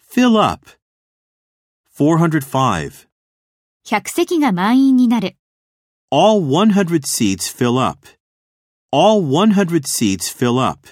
Fill up. 405. 100席が満員になる。 All 100 seats fill up. All 100 seats fill up.